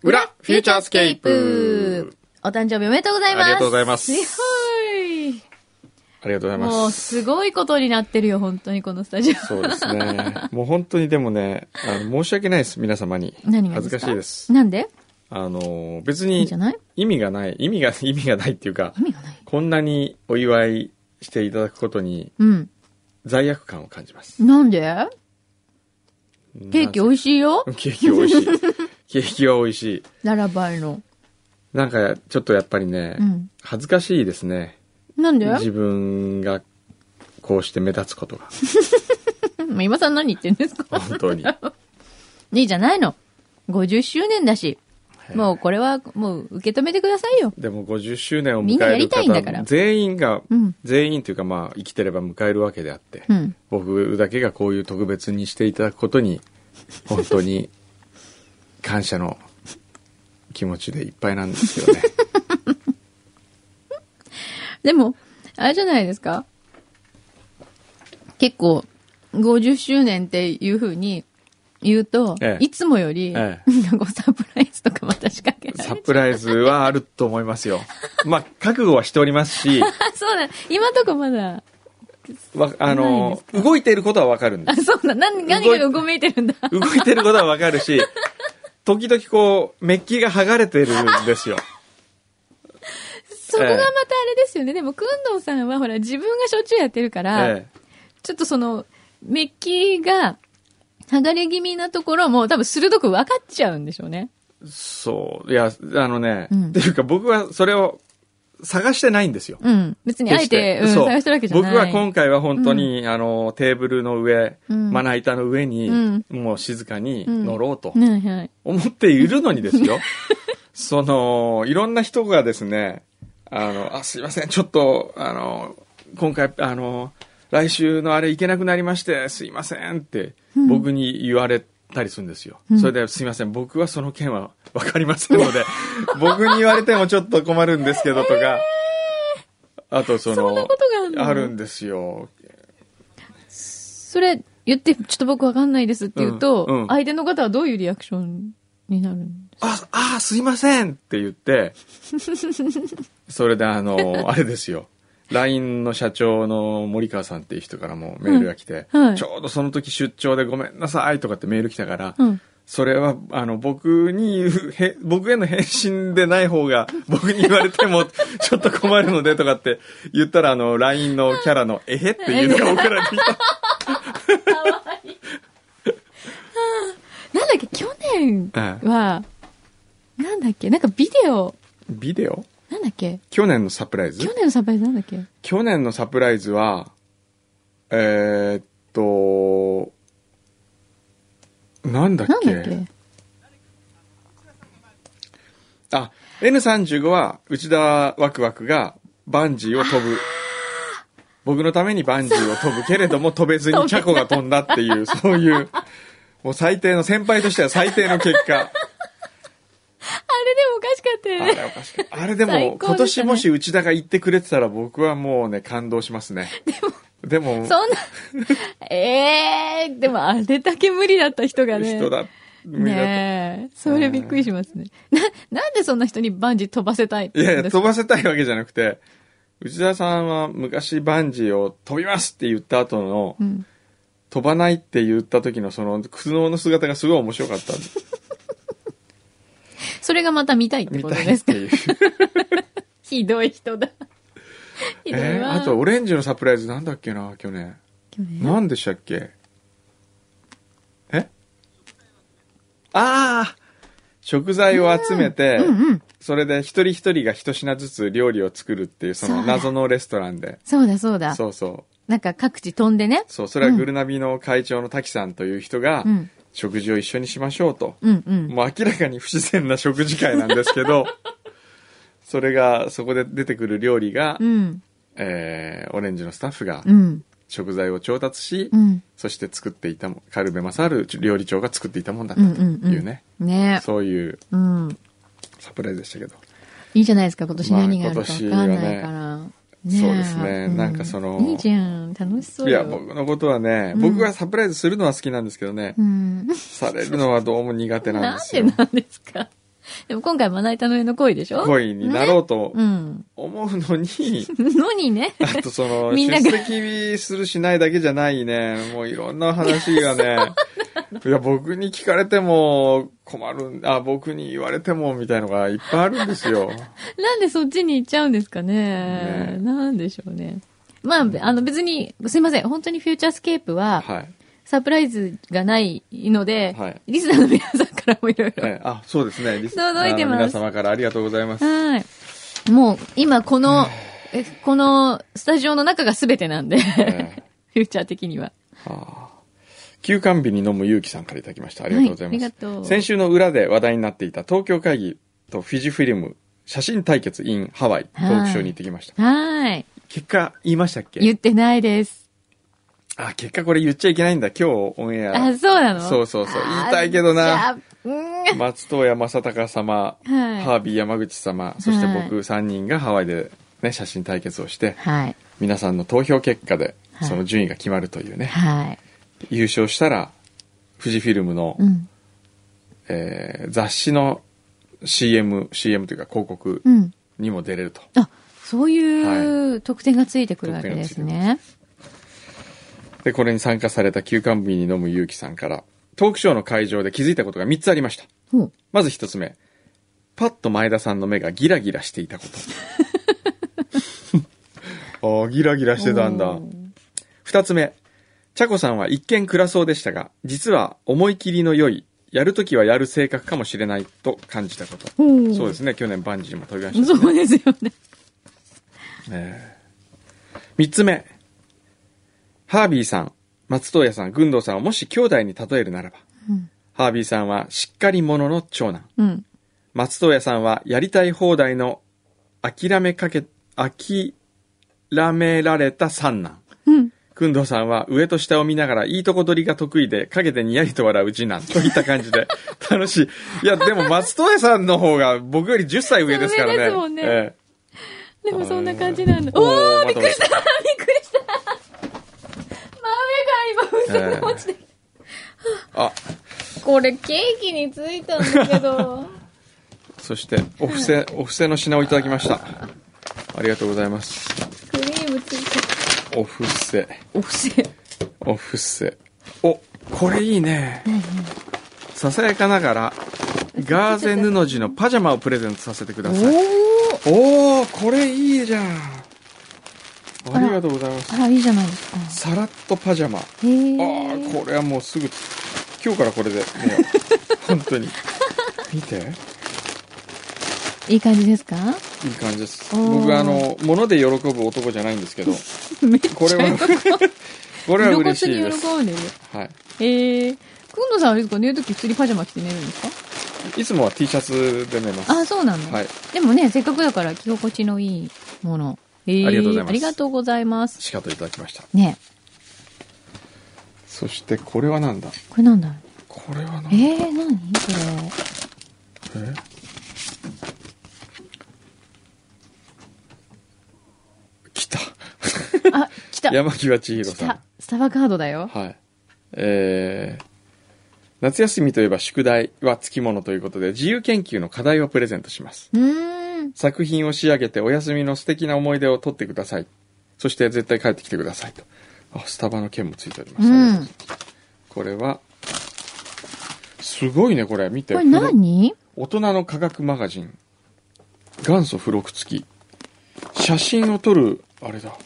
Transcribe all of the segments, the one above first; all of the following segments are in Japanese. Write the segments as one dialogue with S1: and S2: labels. S1: フューチャースケープ。
S2: お誕生日おめでとうございます。
S1: ありがとうございます
S2: やーい
S1: ありがとうござい
S2: も
S1: ま
S2: う
S1: す。
S2: すごいことになってるよ、本当にこのスタジ
S1: そうですね。もう本当にでもね、あの申し訳ないです、皆様に。
S2: オ。何が
S1: 恥ずかしいで
S2: か
S1: す。
S2: なんで
S1: あの、別
S2: いい
S1: に
S2: じゃない
S1: 意味がない、意味が、 意味がないっていうか
S2: 意、味がない。
S1: こんなにお祝いしていただくことに
S2: うん。
S1: 罪悪感を感じます。
S2: なんでケーキ美
S1: い
S2: 味しいよ。
S1: ケーキ美味しい。 ケーキは美味しい。
S2: ララバイの。
S1: なんか、ちょっとやっぱりね、
S2: うん。
S1: 恥ずかしいですね。
S2: なんで
S1: 自分がこうして目立つことが。
S2: うん今さん何言ってんです か
S1: 本当に。
S2: いいじゃないの。50周年だし。もうこれはもう受け止めてくださいよ。
S1: でも50周年を
S2: みん
S1: 迎
S2: なや
S1: え
S2: り
S1: る
S2: たいんだから
S1: 方全員が、
S2: うん。
S1: 全員というかまあ生きてれば迎えるわけであって、
S2: うん。
S1: 僕だけがこういう特別にしていただくことに本当に感謝の気持ちでいっぱいなんです よね
S2: でも、あれじゃないですか結構、50周年っていう風に言うと、
S1: ええ
S2: いつもより、
S1: え
S2: なんかこうサプライズとかまた仕掛けられ
S1: サ
S2: る。
S1: プライズはあると思いますよまあ覚悟はしておりますし、
S2: あ、 そうだ。今んとこまだ。
S1: わあ
S2: ないんで
S1: の
S2: す
S1: 動いていることはわかるんで
S2: あ、
S1: す
S2: そうだ。何、何がうごめいてる んだ。
S1: 動いていることはわかるし時々こうメッキが剥がれてるんですよ
S2: そこがまたあれですよね。でも、くんどうさんはほら、自分がしょっちゅうやってるから、
S1: え
S2: ちょっとその、メッキが、剥がれ気味なところも多分鋭く分かっちゃうんでしょうね。
S1: え、そういやあのね、
S2: うん
S1: っていうか僕はそれを探してないんですよ
S2: うん。別にあえて、
S1: 決
S2: うん、
S1: しそう
S2: 探してるわけじゃない。
S1: 僕は今回は本当に、あの、テーブルの上、
S2: うん
S1: まな板の上に、
S2: うん
S1: もう静かに
S2: うん
S1: 乗ろうと
S2: はいはい。
S1: 思っているのにですよ。 その、いろんな人がですね、あの、あ、すいません、ちょっと、あの、今回、あの、来週のあれ行けなくなりまして、すいませんって
S2: うん
S1: 僕に言われたりするんですよ。
S2: うん
S1: それで、すいません、僕はその件はわかりませんので、 僕に言われてもちょっと困るんですけどとか、あとその、
S2: そんなことがあるの
S1: あるんですよ。
S2: それ言って、ちょっと僕わかんないですって言うと、
S1: うんうん
S2: 相手の方はどういうリアクションになるんです
S1: あ、あ、すいませんって言って、 それであの、あれですよ。LINE の社長の森川さんっていう人からもメールが来て、
S2: うんはい
S1: ちょうどその時出張でごめんなさいとかってメール来たから、
S2: うん。
S1: それは、あの、僕に言うへ、僕への返信でない方が、 僕に言われても、ちょっと困るのでとかって言ったら、あの、LINE のキャラの、えへっていうのが送られてきた。
S2: かわいい。なんだっけ、去年 は、なんだっけ、なんかビデオ、
S1: ビデオ
S2: なんだっけ、
S1: 去年のサプライズ
S2: 去年のサプライズなんだっけ
S1: 去年のサプライズは、えーっと、なんだっ
S2: なん
S1: け
S2: だっけ
S1: あ、N35 は内田ワクワクがバンジーを飛ぶ。僕のためにバンジーを飛ぶけれども飛べずにチャコが飛んだっていう、そういう、もう最低の、先輩としては最低の結 果。
S2: あれでもおかしかったよ
S1: あ
S2: ね。
S1: れおかしかったあれでも、
S2: 最高でしたね
S1: 今年もし内田が言ってくれてたら僕はもうね、感動しますね。でも、
S2: そんな、 ええー、でもあれだけ無理だった人がね。
S1: 人だ、無理だと
S2: ねえ、それびっくりしますね。な、なんでそんな人にバンジー飛ばせたいん
S1: いやいや、
S2: ですか
S1: 飛ばせたいわけじゃなくて、内田さんは昔バンジーを飛びますって言った後の、
S2: うん。
S1: 飛ばないって言った時のその苦悩の姿がすごい面白かった。
S2: それがまた見たいって
S1: み
S2: こと
S1: たい
S2: で
S1: っ
S2: すか
S1: ていう。
S2: ひどい人だ。ひどい わ。
S1: えーあと、オレンジのサプライズなんだっけな、去年。
S2: 去年
S1: なんでしたっけえああ食材を集めて、
S2: うんうん。
S1: それで一人一人が一品ずつ料理を作るっていう、そ
S2: そ
S1: の
S2: うだ
S1: 謎のレストランで。
S2: そうだそうだ。
S1: そうそう。
S2: なんか各地飛んでね。
S1: そう、それはグルナビの会長の滝さんという人が、
S2: うん。
S1: 食事を一緒にしましょうと。
S2: うんうん。
S1: もう明らかに不自然な食事会なんですけ ど、それが、そこで出てくる料理が、
S2: うん。
S1: えー、オレンジのスタッフが
S2: うん。
S1: 食材を調達し、
S2: うん。
S1: そして作っていたも、カルベマサール料理長が作っていたもんだっ
S2: う
S1: た
S2: ん
S1: と
S2: うんうん。
S1: いうね、
S2: ねえ。
S1: そういう
S2: うん。
S1: サプライズでしたけど。
S2: いいじゃないですか、今年何があるかわかん
S1: まあ今
S2: ない
S1: 年
S2: か
S1: は
S2: ら。ねえ
S1: そうですね
S2: う
S1: なんかその
S2: いいじゃん。楽しそう
S1: い
S2: よ。
S1: や、僕のことはね、
S2: うん
S1: 僕がサプライズするのは好きなんですけどね、
S2: うん。
S1: されるのはどうも苦手なん
S2: な
S1: で
S2: ん
S1: す
S2: で
S1: よ。
S2: なんですかでも今回まな板の上の恋でしょ
S1: 恋になろ
S2: う。
S1: うと
S2: うん。
S1: 思うのに、
S2: のに ね。
S1: あとその、
S2: みん
S1: 出
S2: なが
S1: 席するしないだけじゃないね。もういろんな話がね。いや、僕に聞かれても困るん、あ、僕に言われてもみたいのがいっぱいあるんです よ。
S2: なんでそっちに行っちゃうんですかね
S1: ね。
S2: なんでしょうね。まあ、あの別に、すいません。本当にフューチャースケープは、
S1: はい。
S2: サプライズがないので、
S1: はい
S2: リスナーの皆さんからもいろいろ。
S1: ええあ、そうですね。リス
S2: 届いてます
S1: あの皆様からありがとうござい ます。
S2: はい。もう、今この、えこのスタジオの中が全てなんで、
S1: ええ
S2: フューチャー的には。
S1: ああ休館日に飲む勇気さんからいただきました。ありがとうございます。
S2: はいありがとう
S1: 先週の裏で話題になっていた東京会議とフィジフィルム写真対決 in ハワイト
S2: はい
S1: ークショーに行ってきました。
S2: はい。
S1: 結果言いましたっけ
S2: 言ってないです。
S1: あ、結果これ言っちゃいけないんだ。今日オンエア
S2: あ、。そうなの
S1: そうそうそう言いたいけどな。
S2: あじゃあうん
S1: 松任谷正隆様、
S2: はい
S1: ハービー山口様、そして僕
S2: は
S1: 3人がハワイでね、写真対決をして、
S2: はい。
S1: 皆さんの投票結果で
S2: はい
S1: その順位が決まるというね。
S2: はい。
S1: 優勝したら、富士フィルムの、
S2: うん。
S1: えー雑誌の CM、CM というか広告
S2: うん。
S1: にも出れると。
S2: あ、そういう特典がついてくるわけですね。
S1: で、これに参加された休館日に飲む勇気さんから、トークショーの会場で気づいたことが3つありました。
S2: ほう
S1: まず1つ目。パッと前田さんの目がギラギラしてい たこと。ああ、ギラギラしてたんだ。2つ目。茶子さんは一見暗そうでしたが、実は思い切りの良い、やるときはやる性格かもしれないと感じたこと。
S2: ほう
S1: そうですね、去年バンジーも飛びましたね
S2: そうですよね。
S1: えー三つ目。ハービーさん、松任谷さん、軍藤さんをもし兄弟に例えるならば、
S2: うん
S1: ハービーさんはしっかり者の長男。
S2: うん。
S1: 松任谷さんはやりたい放題の諦めかけ、諦められた三男。
S2: うん。
S1: くんどうさんは上と下を見ながらいいとこ取りが得意で、陰でにやりと笑う次男といった感じで、 楽しい。いや、でも松任谷さんの方が僕より10歳上ですからね。
S2: 上ですもんね
S1: え
S2: でもそんな感じなんだ。
S1: お
S2: お
S1: ー
S2: ー、びっくりした
S1: ま
S2: びっくりした真上が今、嘘が落ちてきた
S1: えあ、
S2: これケーキについたんだ けど。
S1: そして、お布施、お布施の品をいただきました。ありがとうございます。
S2: クリームついて
S1: お布施、
S2: お布施。
S1: お布施。お、これいいね。ささやかながら、ガーゼ布地のパジャマをプレゼントさせてく
S2: お
S1: ださい。
S2: ー。
S1: おー、これいいじゃん。ありがとうございます。
S2: あら、いいじゃないですか。
S1: さらっとパジャマ。あ
S2: へ
S1: あ
S2: ー。
S1: ー、これはもうすぐ、今日からこれで、 もう、本当に。見て。
S2: いい感じですか
S1: いい感じです。
S2: おー
S1: 僕、あの、物で喜ぶ男じゃないんですけど、
S2: めっ
S1: これ は、これは
S2: 露骨
S1: 嬉
S2: に
S1: しいです。
S2: 喜んでる。
S1: は
S2: えー。くんのさんあれですか寝るとき普通にパジャマ着て寝るんですか
S1: い。いつもは T シャツで寝ます。
S2: あ、そうなの、
S1: はい。
S2: でもね、せっかくだから着心地のいいもの。えー
S1: ありがとうございます
S2: ありがとうございます。
S1: しかといただきました。
S2: ね
S1: そして、これはなんだ
S2: これなんだろう
S1: これはなんだ
S2: えー、何こ
S1: え来た。
S2: れ。あ、来た。
S1: 山際千尋
S2: 来
S1: さん
S2: た。。スタバカードだよ。
S1: はい。えー、夏休みといえば宿題はつきものということで、自由研究の課題をプレゼントします。
S2: うーん。
S1: 作品を仕上げてお休みの素敵な思い出を撮ってください。そして絶対帰ってきてくださいと。あ、スタバの件もついております。
S2: うん
S1: ありがとうございますこれは、すごいね、これ。見て。
S2: これ何
S1: 大人の科学マガジン。元祖付録付き。写真を撮る、あれだ。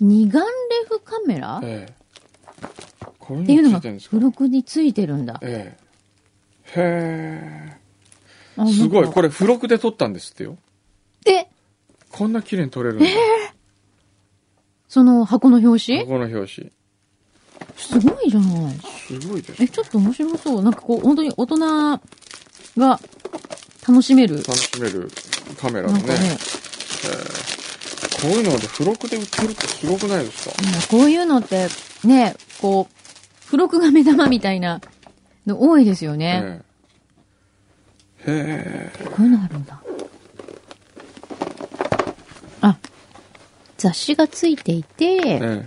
S2: 二眼レフカメラっ
S1: ええこれ
S2: てい
S1: に
S2: う
S1: ついて
S2: のが
S1: るんですか
S2: 付録についてるんだ。
S1: ええ。へ
S2: あ
S1: え。すごい。これ
S2: れ。
S1: 付録で撮ったんですってよ。
S2: で、
S1: こんな綺麗に撮れるんだ。
S2: その箱の表紙
S1: この表紙。
S2: すごいじゃない。
S1: すごいです
S2: え、ちょっと面白そう。なんかこう、本当に大人が楽しめる。
S1: 楽しめるカメラの
S2: なん
S1: ね
S2: かね、
S1: こういうので付録で売ってるってすごくないですか
S2: いやこういうのって、ね、こう、付録が目玉みたいなの多いですよね。
S1: ええへえ
S2: こういうのあるんだ。あ、雑誌がついていて、
S1: ええ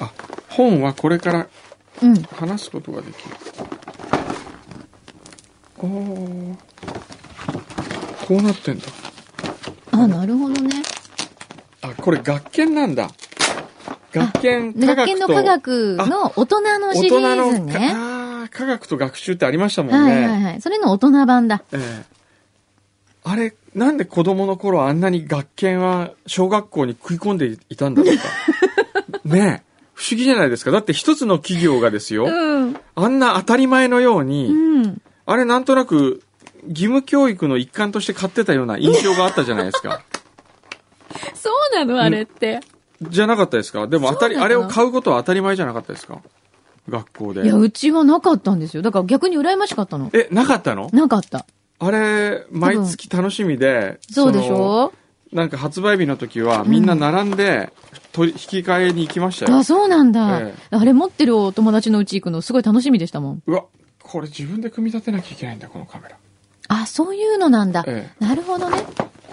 S1: あ本はこれから
S2: うん。
S1: 話すことができるおーこうなってんだ。
S2: あ、なるほどね。
S1: あ、これ学研なんだ。学研、科
S2: 学
S1: 学
S2: 研
S1: と
S2: の科学の大人のシリーズ
S1: 大人の
S2: ね。
S1: かあー科学と学習ってありましたもん
S2: は
S1: ね。
S2: いはいはい。それの大人版だ。
S1: ええあれ、なんで子供の頃あんなに学研は小学校に食い込んでいたんだろう か。ねえ。不思議じゃないですか。だって一つの企業がですよ。
S2: うん。
S1: あんな当たり前のように、
S2: うん。
S1: あれなんとなく義務教育の一環として買ってたような印象があったじゃないです か。
S2: そうなのあれって。
S1: じゃなかったですかでも当たり、
S2: そうなの
S1: あれを買うことは当たり前じゃなかったですか学校で
S2: い。や、うちはなかったんですよ。だから逆に羨ましかったの。
S1: え、なかったの
S2: なかった。
S1: あれ、毎月楽しみで。
S2: そうでし
S1: の
S2: ょ
S1: なんか発売日の時はみんな並んで、と引き換えに行きましたよ
S2: あ、。そうなんだ、
S1: え
S2: あれ持ってるお友達のうち行くのすごい楽しみでしたもん。
S1: うわ、これ自分で組み立てなきゃいけないんだ、このカメラ。
S2: あ、そういうのなんだ。
S1: え
S2: なるほどね。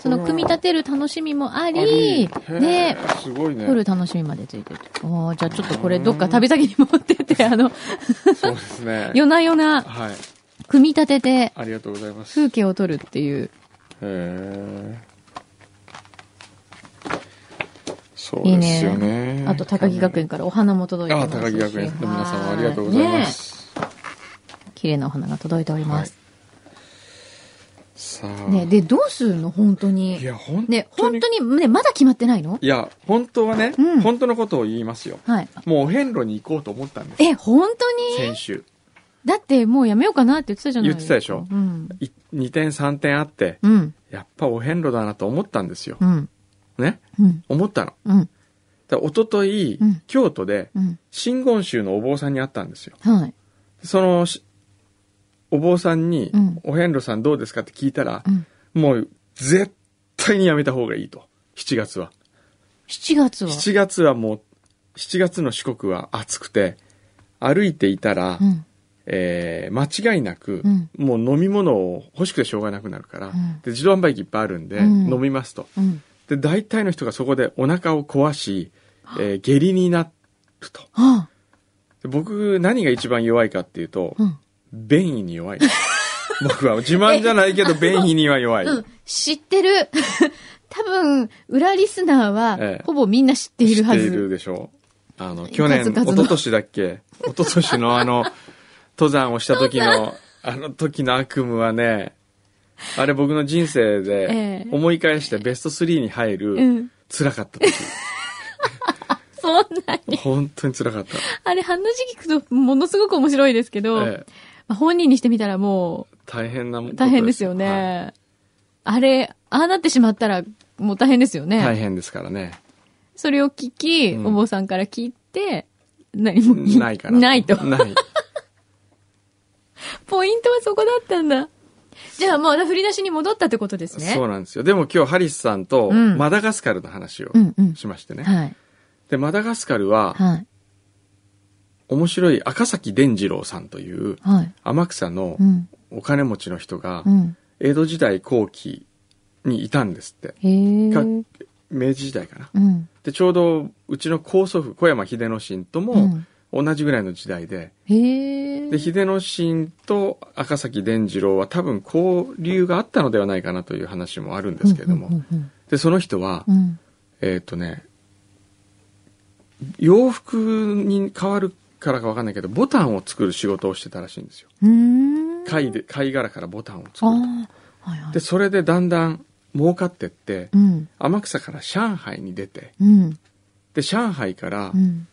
S2: その、組み立てる楽しみもあ
S1: あい
S2: り
S1: い、へ
S2: で
S1: え、すごいね。
S2: 撮る楽しみまでついてる。おーじゃあちょっとこれどっか旅先に持ってって、あの、
S1: そうです ね。
S2: 夜な夜な
S1: はい。
S2: 組み立てて
S1: ありがとうございます。
S2: 風景を撮るっていう。
S1: へえそうですよね
S2: あと、高木学園からお花も届いて
S1: あ
S2: ますし。
S1: 高木学園の皆様ありがとうございま
S2: ね
S1: す、
S2: え。綺麗なお花が届いております。
S1: さあ、
S2: ねで、どうするの本当に
S1: い。や本当に
S2: ね、本当に、ね、まだ決まってないの
S1: いや本当はね、
S2: うん
S1: 本当のことを言いますよ
S2: はい。
S1: もうお遍路に行こうと思ったんです
S2: え、本当に
S1: 先週
S2: だってもうやめようかなって言ってたじゃない
S1: 言ってたでしょ
S2: うん。
S1: い2点3点あって
S2: うん。
S1: やっぱお遍路だなと思ったんですよ
S2: う、ん。
S1: ね
S2: うん。
S1: 思ったの
S2: うん。
S1: だから一昨日、
S2: うん
S1: 京都で
S2: うん。
S1: 真言宗のお坊さんに会ったんですよ
S2: はい。
S1: そのしお坊さんに、
S2: うん
S1: お遍路さんどうですかって聞いたら
S2: う、ん。
S1: もう絶対にやめた方がいいと。7月は。
S2: 7月は。
S1: 7月はもう、7月の四国は暑くて、歩いていたら、
S2: うん。
S1: えー間違いなく、
S2: うん
S1: もう飲み物を欲しくてしょうがなくなるから、
S2: ん
S1: で自動販売機いっぱいあるんで、
S2: うん
S1: 飲みますと。
S2: うん。
S1: で、大体の人がそこでお腹を壊し、えー下痢になると。
S2: あ
S1: で僕、何が一番弱いかっていうと、
S2: あ。うん。
S1: 便意に弱い。僕は自慢じゃないけど、便意には弱い。
S2: うん。知ってる。 多分、裏リスナ
S1: え
S2: ーは
S1: え、
S2: ほぼみんな知ってい
S1: 知
S2: る
S1: って
S2: はいず。
S1: るでしょう。あの、去年、
S2: 数
S1: 一
S2: 々の
S1: 昨年だっけ一昨年のあの、 登山をした時の、あの時の悪夢はね、あれ僕の人生
S2: え
S1: で
S2: え
S1: 思い返してベスト3に入
S2: う
S1: る
S2: ん。
S1: 辛かった時。
S2: そんなに。
S1: 本当に辛かった。
S2: あれ、話聞くと、ものすごく面白いですけど、
S1: ええ
S2: まあ本人にしてみたらも
S1: 大変なも
S2: う、大変ですよね。あれ、ああなってしまったら、もう大変ですよね。
S1: はい大変ですからね。
S2: それを聞き、
S1: うん
S2: お坊さんから聞いて、何も言
S1: ないから。
S2: ないと。
S1: ない。
S2: ポイントはそこだったんだ。じゃあもう振り出しに戻ったってことですね。
S1: そうなんですよ。でも今日ハリスさんと
S2: うん
S1: マダガスカルの話を
S2: うんうん。
S1: しましてね。
S2: はい。
S1: で、マダガスカルは
S2: はい。
S1: 面白い赤崎伝次郎さんという
S2: はい。
S1: 天草の
S2: うん。
S1: お金持ちの人が
S2: うん。
S1: 江戸時代後期にいたんですって
S2: へえ。
S1: か
S2: うん。
S1: 明治時代かな
S2: うん。
S1: でちょうどうちの高祖父小山秀之進とも同じぐらいの時代で,、
S2: へえ。
S1: で秀之進と赤崎伝次郎は多分交流があったのではないかなという話もあるんですけれども、
S2: うんうん
S1: でその人は、
S2: うんうん。
S1: えーっ、とね洋服に変わるからかわかんないけどボタンを作る仕事をしてたらしいんですよ
S2: うん。うーん。
S1: 貝で貝殻からボタンを
S2: あ
S1: 作る
S2: あ。はいはい。
S1: でそれでだんだん儲かってって、
S2: うん。
S1: 天草から上海に出て
S2: うん。
S1: で上海から
S2: うん。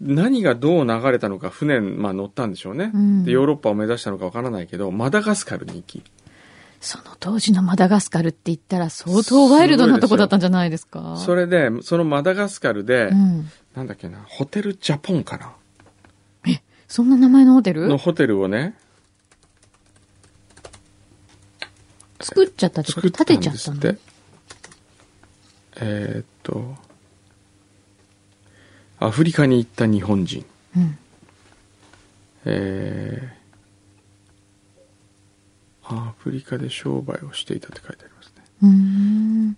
S1: 何がどう流れたのか船、まあ、乗ったんでしょうね、
S2: うん
S1: でヨーロッパを目指したのかわからないけどマダガスカルに行き
S2: その当時のマダガスカルって言ったら相当ワイルドなとこだったんじゃないですか
S1: それでそのマダガスカルで、
S2: うん。
S1: なんだっけなホテルジャポンかな
S2: そんな名前のホテル
S1: のホテルをね
S2: 作っちゃったってこ
S1: 作
S2: と
S1: った
S2: 建
S1: んで
S2: てち
S1: す
S2: ゃった
S1: っ
S2: の
S1: てえーっとアフリカに行った日本人
S2: うん。
S1: えーアフリカで商売をしていたって書いてありますね
S2: うーん。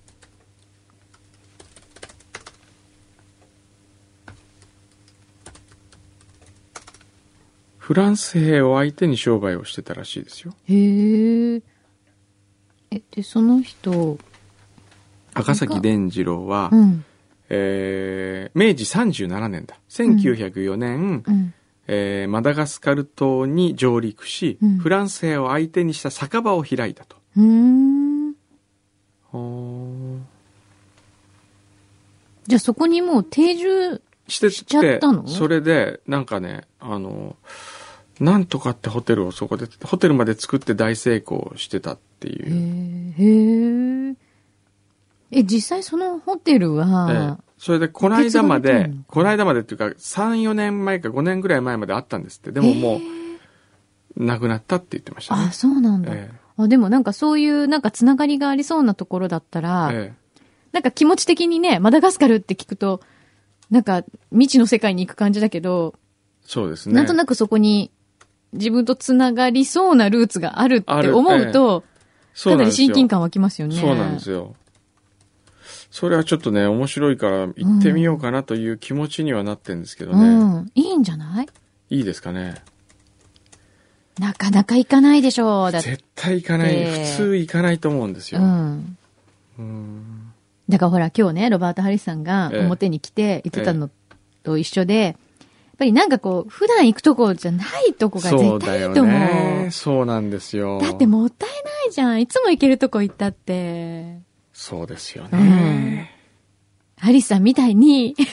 S1: フランス兵を相手に商売をしてたらしいですよ。
S2: へえ。え、で、その人、
S1: 赤崎伝次郎は、
S2: うん、
S1: えー明治37年だ1904年、
S2: うん、
S1: えーマダガスカル島に上陸し、
S2: うん
S1: フランス兵を相手にした酒場を開いたと。
S2: うーん。じゃあそこにもう定住、
S1: して
S2: しちゃったの
S1: それでなんかねあのなんとかってホテルをそこでホテルまで作って大成功してたってい
S2: へ
S1: う、
S2: ーへーえ、実際そのホテル
S1: え
S2: は
S1: え、それでこの間ま
S2: 受け継がれ
S1: で
S2: てんの
S1: この間までっていうか34年前か5年ぐらい前まであったんですってでもも
S2: へー
S1: うなくなったって言ってました
S2: あ、
S1: ね、
S2: そうなんだ。
S1: え
S2: あでもなんかそういうなんかつながりがありそうなところだったら、
S1: ええ
S2: なんか気持ち的にね、マダガスカルって聞くと、なんか未知の世界に行く感じだけど、
S1: そうですね
S2: なんとなくそこに自分とつながりそうなルーツがあるっ
S1: あ
S2: て
S1: る
S2: 思うと、
S1: そう
S2: か
S1: な
S2: なんり
S1: ですよ
S2: 親近感湧きますよね。
S1: そうなんですよそれはちょっとね面白いから行ってみようかなという気持ちにはなってんですけど
S2: う
S1: ね、
S2: ん。いいんじゃない
S1: いいですかね
S2: なかなか行かないでしょう。だって。
S1: 絶対行かない、
S2: ええ
S1: 普通行かないと思うんです
S2: う
S1: よ、
S2: ん。
S1: うん
S2: だからほら今日ね、ロバート・ハリスさんが
S1: ええ
S2: 表に来て言ってたのと一緒で、やっぱりなんかこう、普段行くとこじゃないとこが
S1: そう
S2: 絶
S1: だ
S2: 対い
S1: よ
S2: いと思う。
S1: ねそうなんですよ
S2: だってもったいないじゃん。いつも行けるとこ行ったって。
S1: そうですよね、
S2: ハリスさんみたいに、
S1: で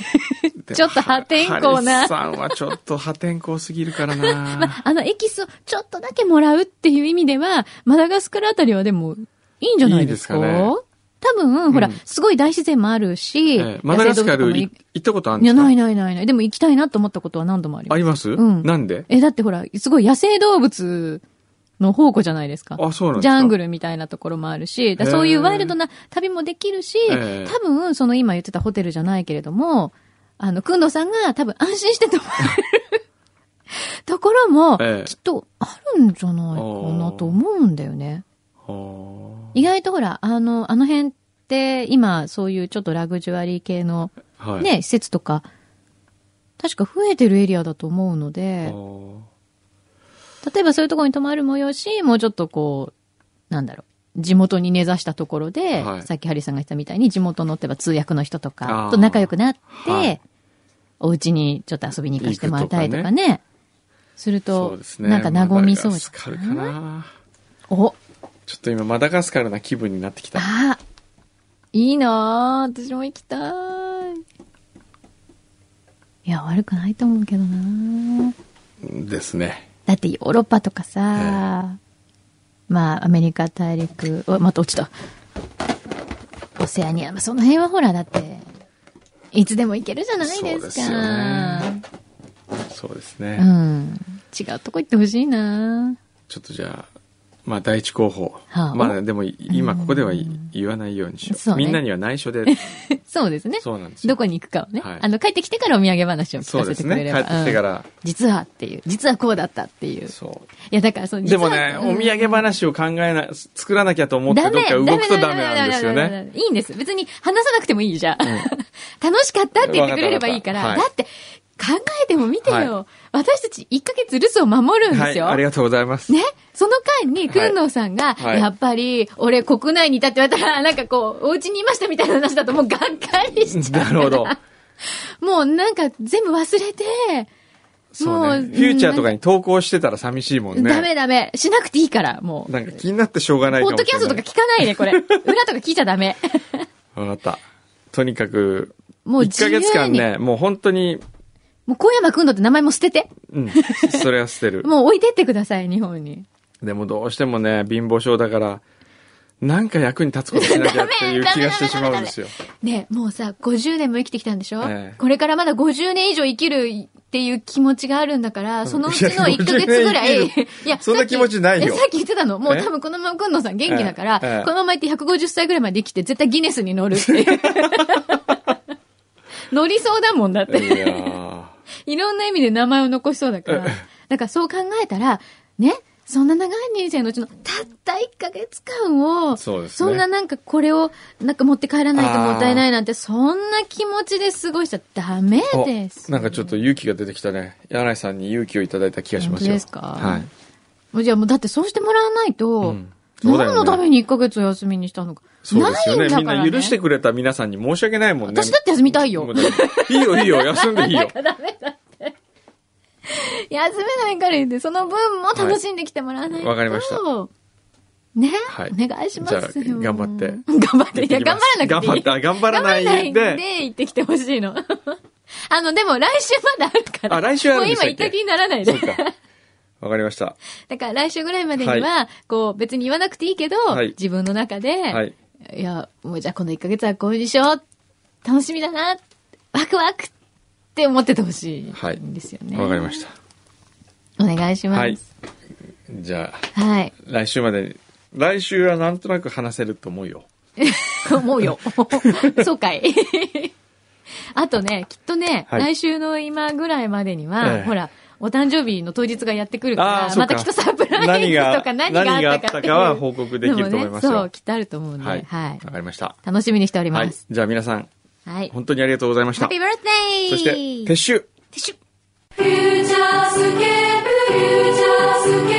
S1: も
S2: ちょっと破天荒な
S1: ハリスさんはちょっと破天荒すぎるからな、
S2: まあ、あのエキスをちょっとだけもらうっていう意味では、マダガスカルあたりはでもいいんじゃないですか
S1: いいですかね
S2: 多分、ほら、
S1: うん
S2: すごい大自然もあるし、
S1: ええマダガスカ
S2: 野生
S1: ル
S2: 動物とかもい
S1: い行ったことあるん
S2: い
S1: で
S2: や、
S1: すか
S2: ないないないない。でも行きたいなと思ったことは何度もありま
S1: あ
S2: す。
S1: ります、
S2: うん
S1: なんで
S2: え、だってほら、すごい野生動物の宝庫じゃないですか。
S1: あそうなんです
S2: ジ
S1: か
S2: ャングルみたいなところもあるし、だからそうい
S1: へ
S2: う
S1: ー
S2: ワイルドな旅もできるし、
S1: ええ
S2: 多分、その今言ってたホテルじゃないけれども、あの、くんどさんが多分安心して泊まれる ところも、
S1: ええ
S2: きっとあるんじゃないかなと思うんだよね。
S1: は
S2: 意外とほら、あの、あの辺って今、そういうちょっとラグジュアリー系の
S1: あはい
S2: ね、施設とか、確か増えてるエリアだと思うの
S1: あ
S2: で、
S1: ー
S2: 例えばそういうところに泊まるもよし、もうちょっとこう、なんだろう、地元に根ざしたところで、
S1: はい
S2: さっきハリーさんが言ったみたいに地元の例えば通訳の人と
S1: あ
S2: か
S1: ー
S2: と仲良くなって、
S1: はい
S2: お家にちょっと遊びに行かせてもらったりとかね、する
S1: そ
S2: と
S1: うです、ね
S2: なんか和みそう
S1: マダガ
S2: じ
S1: ス
S2: ゃ
S1: カ
S2: な
S1: ル
S2: い
S1: かな
S2: お、
S1: ちょっと今マダガスカルな気分になってきた
S2: あいいなぁ。私も行きたい。いや、悪くないと思うけどなぁ。
S1: ですね
S2: だってヨーロッパとかさ、まあアメリカ大陸、おまた落ちた。オセアニア、まあ、その辺はほらだって、いつでも行けるじゃないです
S1: そう
S2: か。
S1: ですよねそうですね、
S2: うん。違うとこ行ってほしいな
S1: ちょっとじゃあ、まあ、第一候補。
S2: はあ
S1: まあ、でも、い今ここでは言言わないようにしよう。
S2: そうね
S1: みんなには内緒 で、
S2: ぁそうですね。
S1: そうなんですよ。
S2: どこに行くかをね、
S1: はい
S2: あの、帰ってきてからお土産話を聞
S1: そう
S2: か
S1: で
S2: せて
S1: す
S2: くれ
S1: ね。
S2: れ
S1: 帰
S2: ば。
S1: ってきてか
S2: うん
S1: ら。
S2: 実はっていう。実はこうだったっていう。い
S1: そ。
S2: や、だから、そうの、
S1: でもね、
S2: 実は
S1: お土産話を考えな、作らなきゃと思ってど
S2: ダ
S1: っか
S2: メ
S1: 動くとダメなんですよ
S2: ダメダメダメダ
S1: ね。
S2: メいいんです。別に話さなくてもいいじゃん。楽しかったって言ってくれればいいから。
S1: わかった
S2: だ
S1: わ
S2: って、考えても見てよ。
S1: は
S2: 私たち1ヶ月留守を守るん
S1: は
S2: です
S1: い、
S2: よ。
S1: ありがとうございます。
S2: ね、その間に、くんのさんが、
S1: はい
S2: やっぱり、俺国内にいたって言われたら、なんかこう、お家にいましたみたいな話だともうがっかりしちゃう。
S1: なるほ ど。
S2: もうなんか全部忘れて、
S1: そうね。
S2: もう
S1: フューチャーとかに投稿してたら寂しいもんね。
S2: ダメダメ。しなくていいから、もう。
S1: なんか気になってしょうがない
S2: ポ
S1: かも
S2: ッド
S1: し
S2: キ
S1: れ
S2: ャストと
S1: な
S2: か
S1: い。
S2: 聞かないで、これ。裏とか聞いちゃダメ。
S1: わかった。とにかく、
S2: もう
S1: 1
S2: 自
S1: ヶ
S2: 由に。
S1: 月間ね、もう本当に、
S2: もう小山くんのって名前も捨てて。
S1: うん、それは捨てる。
S2: もう置いてってください、日本に。
S1: でもどうしてもね、貧乏症だから、なんか役に立つことしな きゃっていう気がしてしまうんですよ。
S2: ねえもうさ、50年も生きてきたんでしょ、
S1: ええ
S2: これからまだ50年以上生きるっていう気持ちがあるんだから、そのうちの1ヶ月ぐらい。
S1: 50年生きるそんな
S2: さっき
S1: 気持ち ないよ
S2: えさっき言ってたの。もう
S1: え
S2: 多分このままくんのさん元気だから、
S1: ええええ
S2: このまま行って150歳ぐらいまで生きて絶対ギネスに乗るって いう。乗りそうだもんだっ
S1: いや
S2: て。
S1: ー
S2: いろんな意味で名前を残しそうだから。だからそう考えたら、ね、そんな長い人生のうちのたった1ヶ月間を、
S1: そうですね
S2: んななんかこれをなんか持って帰らないともったいないなんて、そんな気持ちで過ごしちゃダメです。
S1: おなんかちょっと勇気が出てきたね。柳井さんに勇気をいただいた気がしますよ。
S2: 本当ですか
S1: はい。
S2: もうじゃあもうだってそうしてもらわないと、
S1: うんそうだよ
S2: 何
S1: ね
S2: のために1ヶ月お休みにしたのか。
S1: そうですよ
S2: な
S1: ね
S2: いんだ
S1: みん
S2: から、ね。
S1: な許してくれた皆さんに申し訳ないもんね。
S2: 私だって休みたいよ
S1: もうだいいよいいよ、休んでい いよ。
S2: 休めないから言って、その分も楽しんできてもらわないと。
S1: はいわかりました
S2: ね、
S1: はい
S2: お願いしますよ。
S1: じゃあ頑張って
S2: 頑張って。いや、頑張らなくてい
S1: 頑張っ
S2: い。
S1: た、頑張らない
S2: 頑張ら
S1: で。
S2: 行ってきてほしいの。 あの、でも来週まだあるから。
S1: あ来週あるん
S2: もう
S1: でした
S2: 今
S1: っけ
S2: 行った気にならない
S1: そ
S2: で
S1: う。か。わかりました。
S2: だから来週ぐらいまでには、
S1: は
S2: こう別に言わなくていいけど、
S1: はい
S2: 自分の中で、
S1: はい
S2: い、や、もうじゃあこの1ヶ月はこうでしょ楽しみだなワクワクって思っててほし
S1: はい
S2: いんですよね。
S1: わかりました。
S2: お願いします。
S1: は
S2: はいい。。
S1: じゃあ、 来週まで、来週はなんとなく話せると思うよ。
S2: 思うよ。そうかい。 あとね、きっとね、
S1: はい
S2: 来週の今ぐらいまでには、
S1: ええ
S2: ほら、お誕生日の当日がやってくるか
S1: あー
S2: ら、
S1: そう
S2: ま
S1: か
S2: たきっとサプライズとか何
S1: 何が
S2: があったかっていう
S1: 何があったかは報告できると思いますよ
S2: のもねそう、きっとあると思うんで、
S1: は。
S2: はいい。
S1: わかりました。
S2: 楽しみにしており
S1: は
S2: ま
S1: い
S2: す。。
S1: じゃあ皆さん、
S2: はい。
S1: 本当にありがとうございました
S2: ハッピ。ーバースデー
S1: そして、撤収
S2: ティッシュ
S3: フューチャースケープフューチャースケ